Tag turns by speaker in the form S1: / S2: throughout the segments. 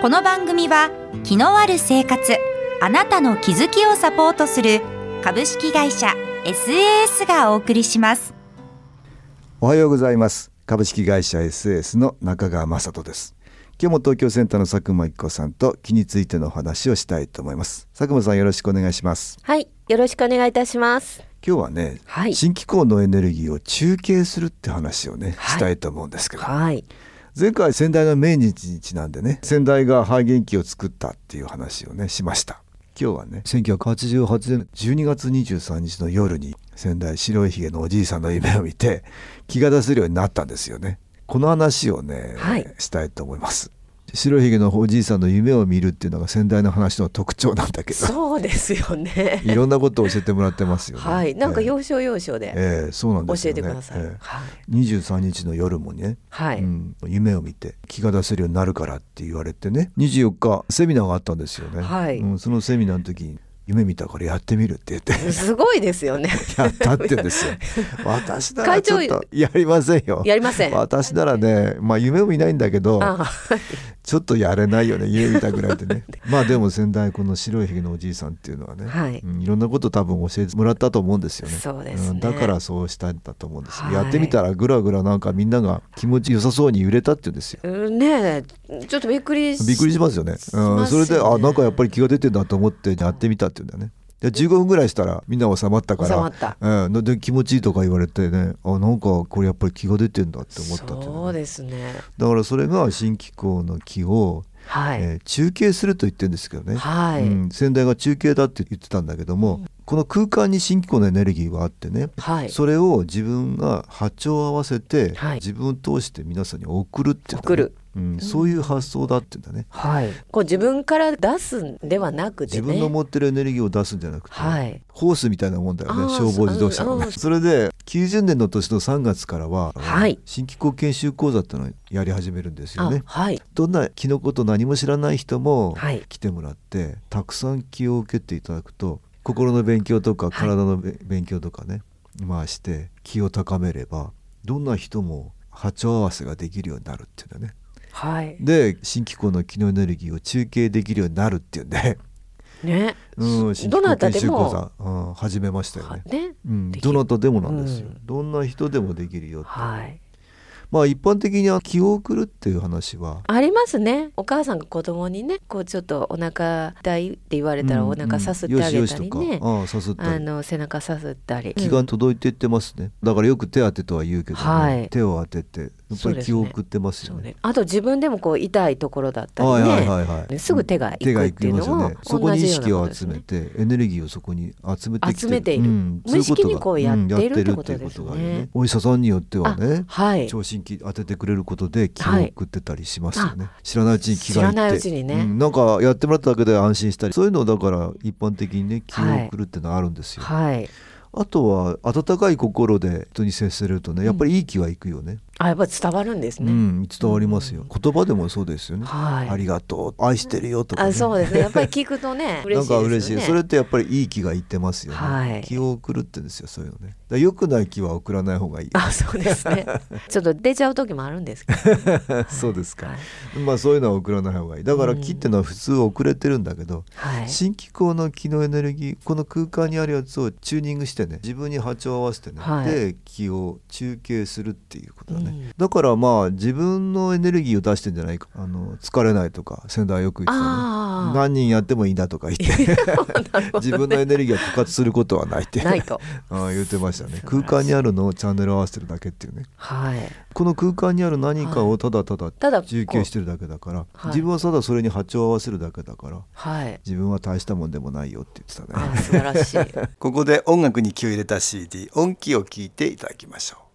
S1: この番組は気のある生活あなたの気づきをサポートする株式会社 SAS がお送りします
S2: おはようございます株式会社 SAS の中川雅人です今日も東京センターの佐久間一子さんと気についてのお話をしたいと思います佐久間さんよろしくお願いします
S3: はい、よろしくお願いいたします。
S2: 今日はね、
S3: はい
S2: 新機構のエネルギーを中継するって話をね、
S3: は
S2: し
S3: い
S2: たいと思うんですけど
S3: はい、
S2: 前回仙台の命日なんでね仙台が肺元気を作ったっていう話をねしました今日はね1988年12月23日の夜に仙台白いひげのおじいさんの夢を見て気が出せるようになったんですよねこの話をね、
S3: はい
S2: したいと思います白いひげのおじいさんの夢を見るっていうのが仙台の話の特徴なんだけど
S3: そうですよね。
S2: いろんなことを教えてもらってますよね
S3: はい、なんか
S2: ええ
S3: 要所要所で
S2: ええそうなん
S3: 教
S2: です
S3: え
S2: よ
S3: て
S2: ね
S3: ください。
S2: ええ
S3: はい、
S2: 23日の夜もね
S3: はい、
S2: うん、夢を見て気が出せるようになるからって言われてね24日セミナーがあったんですよね、
S3: はい
S2: うん、そのセミナーの時に夢見たからやってみるって言っ て
S3: すごいですよね。
S2: やったって言うんですよ私ならちょっ
S3: 会
S2: とやりませんよ
S3: やりません。
S2: 私ならねまあ夢を見ないんだけど
S3: あ、 はい
S2: ちょっとやれないよね夢見たぐらいで ねまあでも先代この白いひげのおじいさんっていうのはね、
S3: はい
S2: うん、いろんなこと多分教えてもらったと思うんですよね
S3: そうですね
S2: ん、だからそうしたんだと思うんですよ、
S3: はい
S2: やってみたらぐらぐらなんかみんなが気持ちよさそうに揺れたって言うんですよ
S3: うんねえ、ちょっとびっくりし
S2: びっくりしますよね。う
S3: ま
S2: ん、
S3: す
S2: そ
S3: よ
S2: れ
S3: ね
S2: で、あ、なんかやっぱり気が出てんだと思って、やってみたっていうんだよね。で、15分ぐらいしたら、みんな収まったから。
S3: 収まった
S2: うん、ので、気持ちいいとか言われてね、あ、なんか、これやっぱり気が出てんだって思ったっていう
S3: そ
S2: の
S3: う
S2: ね、
S3: ですね。
S2: だから、それが新機構の気を、
S3: はい、
S2: えー中継すると言ってるんですけどね。
S3: はい、
S2: うん、先代が中継だって言ってたんだけども。この空間に新機構のエネルギーがあってね、
S3: はい、
S2: それを自分が波長を合わせて、
S3: はい
S2: 自分を通して皆さんに送るっていう、ね、
S3: 送る、
S2: うん、そういう発想だっていうんだね、
S3: はい、こう自分から出すんではなくてね。
S2: 自分の持ってるエネルギーを出すんじゃなくて、
S3: はい、
S2: ホースみたいなもんだよ
S3: あ
S2: ね
S3: ー
S2: 消防自動車の
S3: う
S2: ね
S3: ん
S2: それで90年の年の3月からは、
S3: はい
S2: 新機構研修講座ってのをやり始めるんですよ
S3: あ
S2: ね、
S3: はい、
S2: どんな気のこと何も知らない人も
S3: はい
S2: 来てもらって、たくさん気を受けていただくと心の勉強とか体のべ勉強とかね、回して気を高めればどんな人も波長合わせができるようになるっていうんだね
S3: はい、
S2: で新機構の気のエネルギーを中継できるようになるっていうん で
S3: ね、
S2: うん、新
S3: ど
S2: 規校
S3: なた
S2: 研
S3: で
S2: 修講座
S3: も、、
S2: うん、始めましたよ
S3: は
S2: ね。
S3: ね、
S2: うん、
S3: でき
S2: ど
S3: る
S2: なたでもなんですよ、
S3: うん
S2: どんな人でもできるよって
S3: はい。
S2: まあ一般的には気を送るっていう話は
S3: ありますねお母さんが子供にねこうちょっとお腹痛いって言われたらお腹さすってあ
S2: うんうん
S3: げ
S2: よしたよし
S3: り
S2: と
S3: ね、
S2: かああさすった
S3: あ
S2: り
S3: の背中さすったり
S2: 気が
S3: うん
S2: 届いていってますねだからよく手当てとは言うけどね、
S3: はい
S2: 手を当ててやっぱ
S3: そう
S2: り
S3: ですね
S2: 気を送ってます
S3: そ
S2: よ
S3: う
S2: ね
S3: ねあと自分でもこう痛いところだったりね、
S2: はいはいはいはい、
S3: ねすぐ手が行くっていうの
S2: 手が行き
S3: も
S2: ますよねそこに意識を
S3: 同じ
S2: 集
S3: ような
S2: め
S3: こ
S2: て、エネルギーをそこに集めてきて
S3: 集めている
S2: うん
S3: 無意識にこうやっている
S2: そい
S3: っ
S2: こ
S3: て
S2: とがうんやってるっていうこ
S3: ことです
S2: とが
S3: よね
S2: あるよねお医者さんによってはね
S3: はい
S2: 聴診器当ててくれることで気を
S3: はい
S2: 送ってたりしますよね、知らないうちに気が
S3: 知らな
S2: 入っ
S3: いう
S2: て
S3: ちにね
S2: んなんかやってもらっただけで安心したりそういうのをだから一般的にね気を送るってのはあるんですよ、
S3: はい
S2: あとは温かい心で人に接するとねやっぱりいい気はいくよね、
S3: あやっぱり伝わるんです
S2: う
S3: ね、
S2: ん、伝わりますよ言葉でもそうですよね、
S3: はい
S2: ありがとう愛してるよとか、ね、
S3: あそうですねやっぱり聞く とね嬉
S2: な
S3: しいですよ
S2: ん
S3: ね
S2: か嬉しいそれってやっぱりいい気がいってますよね、
S3: はい
S2: 気を送るって言うんですよそういうのねだから良くない気は送らない方がいい
S3: あそうですねちょっと出ちゃう時もあるんですけど、
S2: そうですか、
S3: はい
S2: まあそういうのは送らない方がいいだから気ってのは普通遅れてるんだけど、
S3: はい、
S2: 新機構の気のエネルギーこの空間にあるやつをチューニングしてね自分に波長を合わせてね、
S3: はい
S2: で気を中継するっていうことだね、
S3: うん
S2: だからまあ自分のエネルギーを出してんじゃないかあの疲れないとか先代はよく言ってたね
S3: ああ
S2: 何人やってもいいんだとか言って自分のエネルギーが枯渇することはないって
S3: ないと
S2: ああ言ってましたね
S3: 素晴
S2: 空
S3: ら
S2: 間
S3: しい
S2: にあるのをチャンネル合わせてるだけっていうね
S3: はい
S2: この空間にある何かをただただ
S3: ただこう
S2: 中継してるだけだから、
S3: はい
S2: 自分はただそれに波長を合わせるだけだから
S3: はい
S2: 自分は大したもんでもないよって言ってた
S3: あ
S2: ね
S3: 素晴ら しい
S2: ここで音楽に気を入れた CD 音気を聞いていただきましょう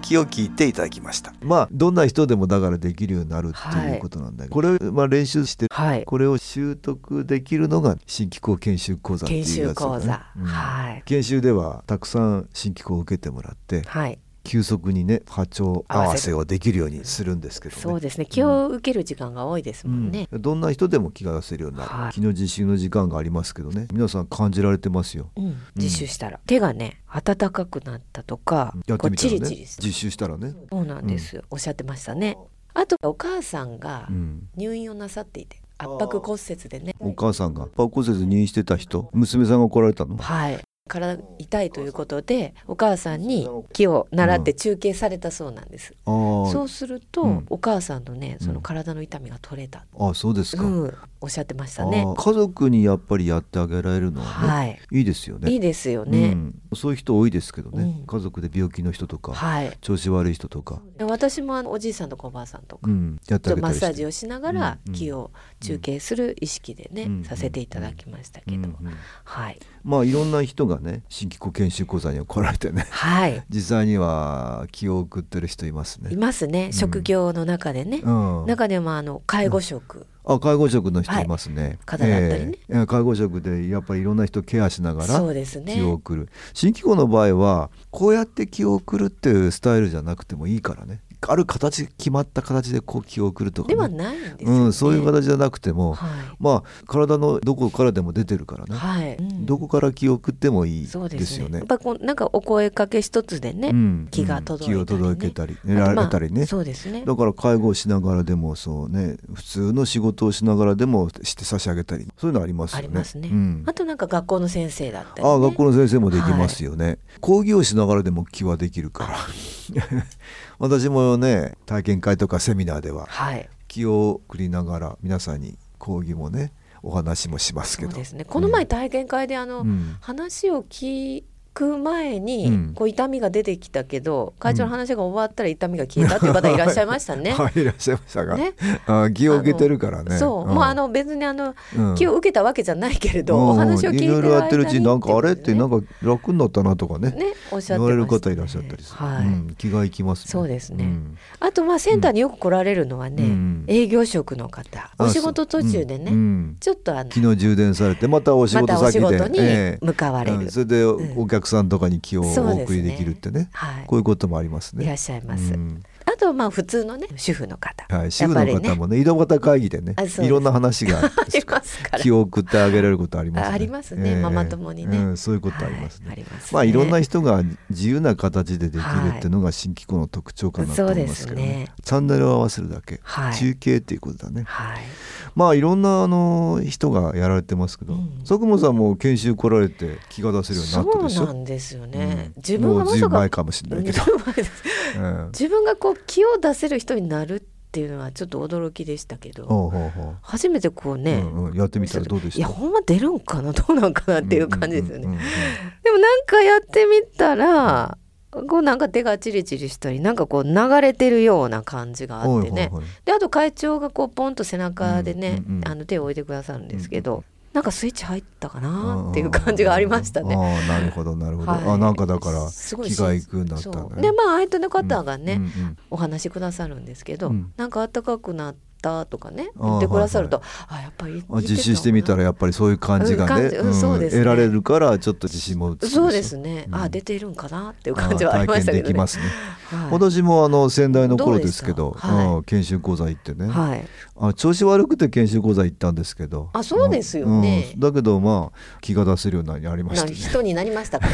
S2: きを聞いていただきましたまあどんな人でもだからできるようになるって
S3: はい
S2: いうことなんだけど、これをまあ練習して
S3: はい
S2: これを習得できるのが新機構研修講座っていう
S3: 研
S2: やつだね
S3: 修講座、
S2: うん
S3: はい
S2: 研修ではたくさん新機構を受けてもらって
S3: はい
S2: 急速にね波長合わせをできるようにするんですけどね
S3: そうですね気を受ける時間が多いですもんね、
S2: うん、どんな人でも気が出せるようになる、
S3: はい
S2: 気の自習の時間がありますけどね皆さん感じられてますよ、
S3: うん自習したら、手がね温かくなったとか、
S2: やって
S3: こう
S2: みた
S3: チ
S2: らね
S3: リチリする
S2: 実習したらね
S3: そうなんです、おっしゃってましたねあとお母さんが
S2: うん
S3: 入院をなさっていて圧迫骨折でね
S2: お母さんがパー骨折入院してた人娘さんが怒られたの
S3: はい体痛いということでお母さんに気を習って中継されたそうなんです、
S2: あー
S3: そうすると、
S2: うん
S3: お母さんのねそ
S2: う
S3: の
S2: ん
S3: 体の痛みが取れた、
S2: あそうです
S3: う
S2: か、
S3: んおっしゃってました
S2: あ
S3: ね
S2: ー家族にやっぱりやってあげられるのはね、
S3: はい、
S2: い、いですよね
S3: いいですよね、
S2: うん、そういう人多いですけどね、
S3: うん
S2: 家族で病気の人とか、
S3: はい
S2: 調子悪い人とか、
S3: 私もあのおじいさんとかおばあさんとか、
S2: うん、やって
S3: ち
S2: あ
S3: ょっと
S2: げ
S3: マ
S2: たり
S3: ッ
S2: して
S3: サージをしながら
S2: うんうん
S3: 気を中継する意識でね、
S2: うん
S3: させていただきましたけど、
S2: うんうん
S3: はい
S2: まあいろんな人がね新規研修講座には来られて ね
S3: はい
S2: 実際には気を送ってる人います
S3: い
S2: ね。
S3: ますね、
S2: ん
S3: 職業の中でね、
S2: うん、
S3: 中でもあの介護職、
S2: あ介護職の人いますね。
S3: 方だったりね
S2: ええええ介護職でやっぱりいろんな人ケアしなが
S3: そ
S2: ら
S3: うですね
S2: 気を送る、新規校の場合はこうやって気を送るっていうスタイルじゃなくてもいいからねある形決まった形でこう気を送るとか、ね、
S3: ではないんですよ、ね
S2: うん、そういう形じゃなくても、
S3: はい
S2: まあ体のどこからでも出てるからね、
S3: はい、うん
S2: どこから気を送ってもいいです
S3: そ
S2: よ
S3: う
S2: ね。
S3: ですねやっぱこうなんかお声かけ一つでね、
S2: うん
S3: 気が届いたりね
S2: 気を届けたり、
S3: あとまあ
S2: られたりね、
S3: そうですね
S2: だから介護をしながらでもそうね普通の仕事をしながらでもして差し上げたりそういうのありますよ
S3: あ
S2: ね。
S3: りますね、
S2: うん、
S3: あとなんか学校の先生だったり、ね、
S2: あ学校の先生もできますよね、講義をしながらでも気はできる から私もね体験会とかセミナーでは
S3: はい
S2: 気を送りながら皆さんに講義もねお話もしますけ
S3: そう
S2: ど
S3: ですねこの前体験会であの、
S2: うん
S3: 話を聞く前に、
S2: うん
S3: こう痛みが出てきたけど会長の話が終わったら痛みが消えたっていう方いらっしゃいましたね。
S2: はいいらっしゃいましたが、
S3: ね
S2: あ気を受けてるからね
S3: そう、
S2: ん
S3: もうあの別にあの
S2: うん
S3: 気を受けたわけじゃないけれど、
S2: うん
S3: お話を聞いて
S2: いろいろやってるうちになんかあれってなん
S3: か
S2: か楽になったなとかね
S3: ねおっしゃっ
S2: 言
S3: てま
S2: われ
S3: したね
S2: る方いらっしゃったりする、
S3: はい
S2: うん気がいきますね
S3: そうですね
S2: ん
S3: あとまあセンターによく来られるのはね、
S2: うん
S3: 営業職の方お仕事途中でね、
S2: あそううんうん
S3: ちょっとあの
S2: 昨日充電されてまたお仕
S3: ま
S2: 事
S3: たお
S2: 先
S3: 仕
S2: で、
S3: 事に
S2: ええ
S3: 向かわれ
S2: う
S3: る、
S2: んそれで
S3: ん
S2: お客さんとかに気をお
S3: そうですね
S2: 送りできるってね
S3: はい
S2: こういうこともありますね
S3: いらっしゃいます
S2: うん
S3: あとまあ普通のね主婦の方、
S2: はい、主婦の
S3: やっぱ
S2: 方
S3: りね
S2: もね移動型会議でね
S3: あそうです
S2: いろんな話が
S3: あ りますから
S2: 気を送ってあげられることあります
S3: あありますねママ友にね
S2: うんそういうことありますね,、
S3: はいありますね
S2: まあいろんな人が自由な形でできるっていうのが新機構の特徴かなと思いますけどね,、
S3: そうですね
S2: チャンネルを合わせるだけ、
S3: はい
S2: 中継っていうことだね
S3: はい
S2: まあいろんなあの人がやられてますけど、
S3: うん
S2: 佐久間さんも研修来られて気が出せるようになったでし
S3: そ
S2: ょ
S3: うなんですよね、
S2: うん
S3: 自分が
S2: もう
S3: ま
S2: ずい
S3: さ
S2: ぶん
S3: か
S2: 前かもしれないけど、
S3: うん前です
S2: うん、
S3: 自分がこう気を出せる人になるっていうのはちょっと驚きでしたけど
S2: ほうほうほう
S3: 初めてこうね、
S2: うんうんやってみたらどうでした
S3: いやほんま出るんかなどうなんかなっていう感じです
S2: うん
S3: よね、
S2: うんうんうん
S3: でもなんかやってみたらこうなんか手がチリチリしたりなんかこう流れてるような感じがあってね
S2: ほいほいほい
S3: であと会長がこうポンと背中でね、
S2: うんうんうん
S3: あの手を置いてくださるんですけど、なんかスイッチ入ったかなっていう感じがありましたね。
S2: ああなるほどなるほど。
S3: はい
S2: あなんかだから
S3: すごい
S2: 気がいくようになったんだ
S3: そう
S2: ね。
S3: でまあ相手の方がね、
S2: うんうん
S3: お話しくださるんですけど、
S2: うん
S3: なんか暖かくなったとかね
S2: あー
S3: 言ってくださると、あやっぱり
S2: あ実習してみた
S3: ら
S2: らやっぱりそういう感じが
S3: うん
S2: ね,、
S3: 感じうんそうですね
S2: 得られるからちょっと自信もつくでしょ
S3: そうですね、
S2: うん
S3: あ出ているんかなっていう
S2: あ
S3: 感じはありましたけ
S2: 体験
S3: ど
S2: でき
S3: ね。
S2: ますね、
S3: はい
S2: 私もあの先代の頃ですけ
S3: ど
S2: ど
S3: うでしたはい
S2: うん研修講座行ってね、
S3: はい、
S2: あ調子悪くて研修講座行ったんですけど
S3: あそうですよね
S2: うんだけどまあ気が出せるようになりまし
S3: な
S2: たね
S3: 人になりまし たか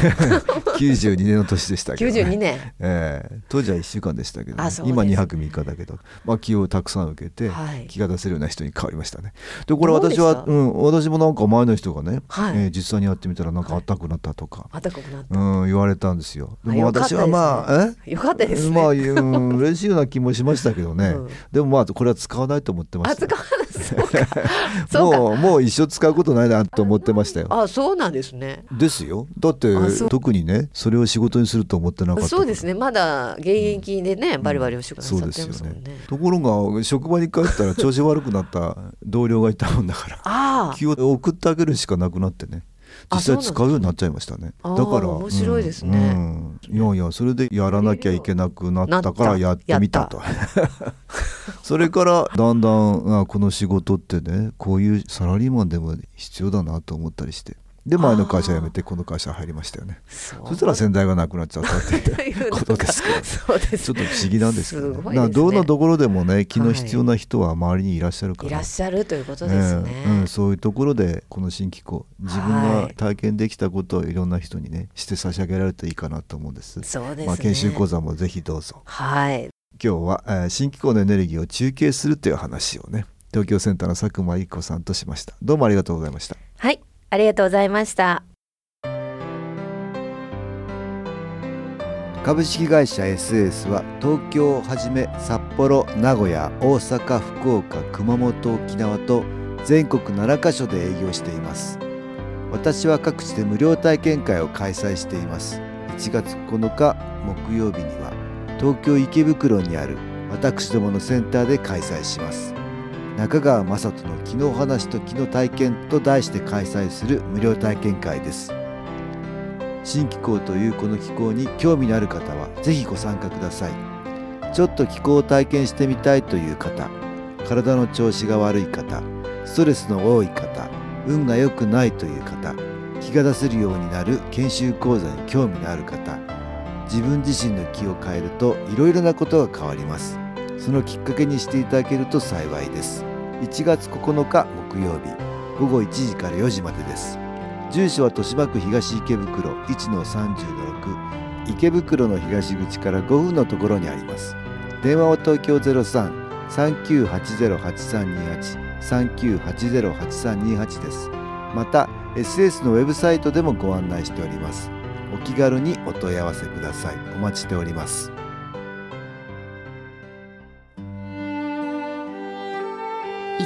S2: 92年の年でしたけど、ね、
S3: 92年
S2: ええ当時は1週間でしたけどね、
S3: あそうです
S2: 今2泊3日だけど、まあ、気をたくさん受けて、
S3: はい
S2: 気が出せるような人に変わりましたね。でこれ
S3: どう
S2: 私
S3: でした
S2: はう、ん、私もなんか前の人がね、
S3: はい
S2: えー実際にやってみたらなんかあったくなったとか、
S3: 暖かくなった
S2: うん、言われたんですよ。で
S3: あ
S2: も
S3: よかった
S2: 私はまあ、
S3: ですねよかったですね
S2: まあ、うん、嬉しいような気もしましたけどね、
S3: うん
S2: でもまあこれは使わないと思ってま
S3: あ
S2: した
S3: 使
S2: よ。
S3: わないそうかそうか
S2: もうもう一生使うことないなと思ってましたよ。
S3: あそうなんですね
S2: ですよだって
S3: あそう
S2: 特にねそれを仕事にすると思ってなかったから
S3: そうですねまだ現役でね、バリバリお仕事
S2: そ
S3: な
S2: う
S3: さっ
S2: で
S3: て
S2: す
S3: ま
S2: よ
S3: すもんね
S2: ねところが職場に帰ったら調子悪くなった同僚がいたもんだから
S3: ああ
S2: 気を送ってあげるしかなくなってね実
S3: あそ
S2: 際
S3: うなんですね
S2: 使うようになっちゃいましたねだ
S3: あー
S2: から
S3: 面白いですね
S2: うんうんいやいやそれでやらなきゃいけなくなったからや
S3: な
S2: っ
S3: った
S2: てみたと それからだんだんあこの仕事ってねこういうサラリーマンでも必要だなと思ったりしてで前の会社辞めてこの会社入りましたよね
S3: そう
S2: そしたら先代がなくなっちゃったって いう
S3: というの
S2: ことですけど
S3: がそうで
S2: ち
S3: す
S2: ょっと不思議なんですけど、ね
S3: すごい
S2: だ
S3: ですね
S2: からどうのところでもね気の必要な人は周りにいらっしゃるから、
S3: いらっしゃるということですね。
S2: ええうん、そういうところでこの新機構自分が体験できたことをいろんな人にねして差し上げられるといいかなと思うんです。
S3: そうですね。
S2: まあ、研修講座もぜひどうぞ
S3: はい。
S2: 今日は、えー新機構のエネルギーを中継するという話をね東京センターの佐久間一子さんとしましたどうもありがとうございました
S3: はい。ありがとうございました。
S2: 株式会社 SS は東京をはじめ札幌名古屋大阪福岡熊本沖縄と全国7カ所で営業しています私は各地で無料体験会を開催しています1月9日木曜日には東京池袋にある私どものセンターで開催します中川雅人の「昨日話と昨日体験」と題して開催する無料体験会です新機構というこの機構に興味のある方はぜひご参加くださいちょっと気候を体験してみたいという方体の調子が悪い方ストレスの多い方運が良くないという方気が出せるようになる研修講座に興味のある方自分自身の気を変えるといろいろなことが変わりますそのきっかけにしていただけると幸いです1月9日木曜日午後1時から4時までです住所は豊島区東池袋1の30-6池袋の東口から5分のところにあります電話は東京03-3980-8328 3980-8328ですまた SS のウェブサイトでもご案内しておりますお気軽にお問い合わせくださいお待ちしております
S1: い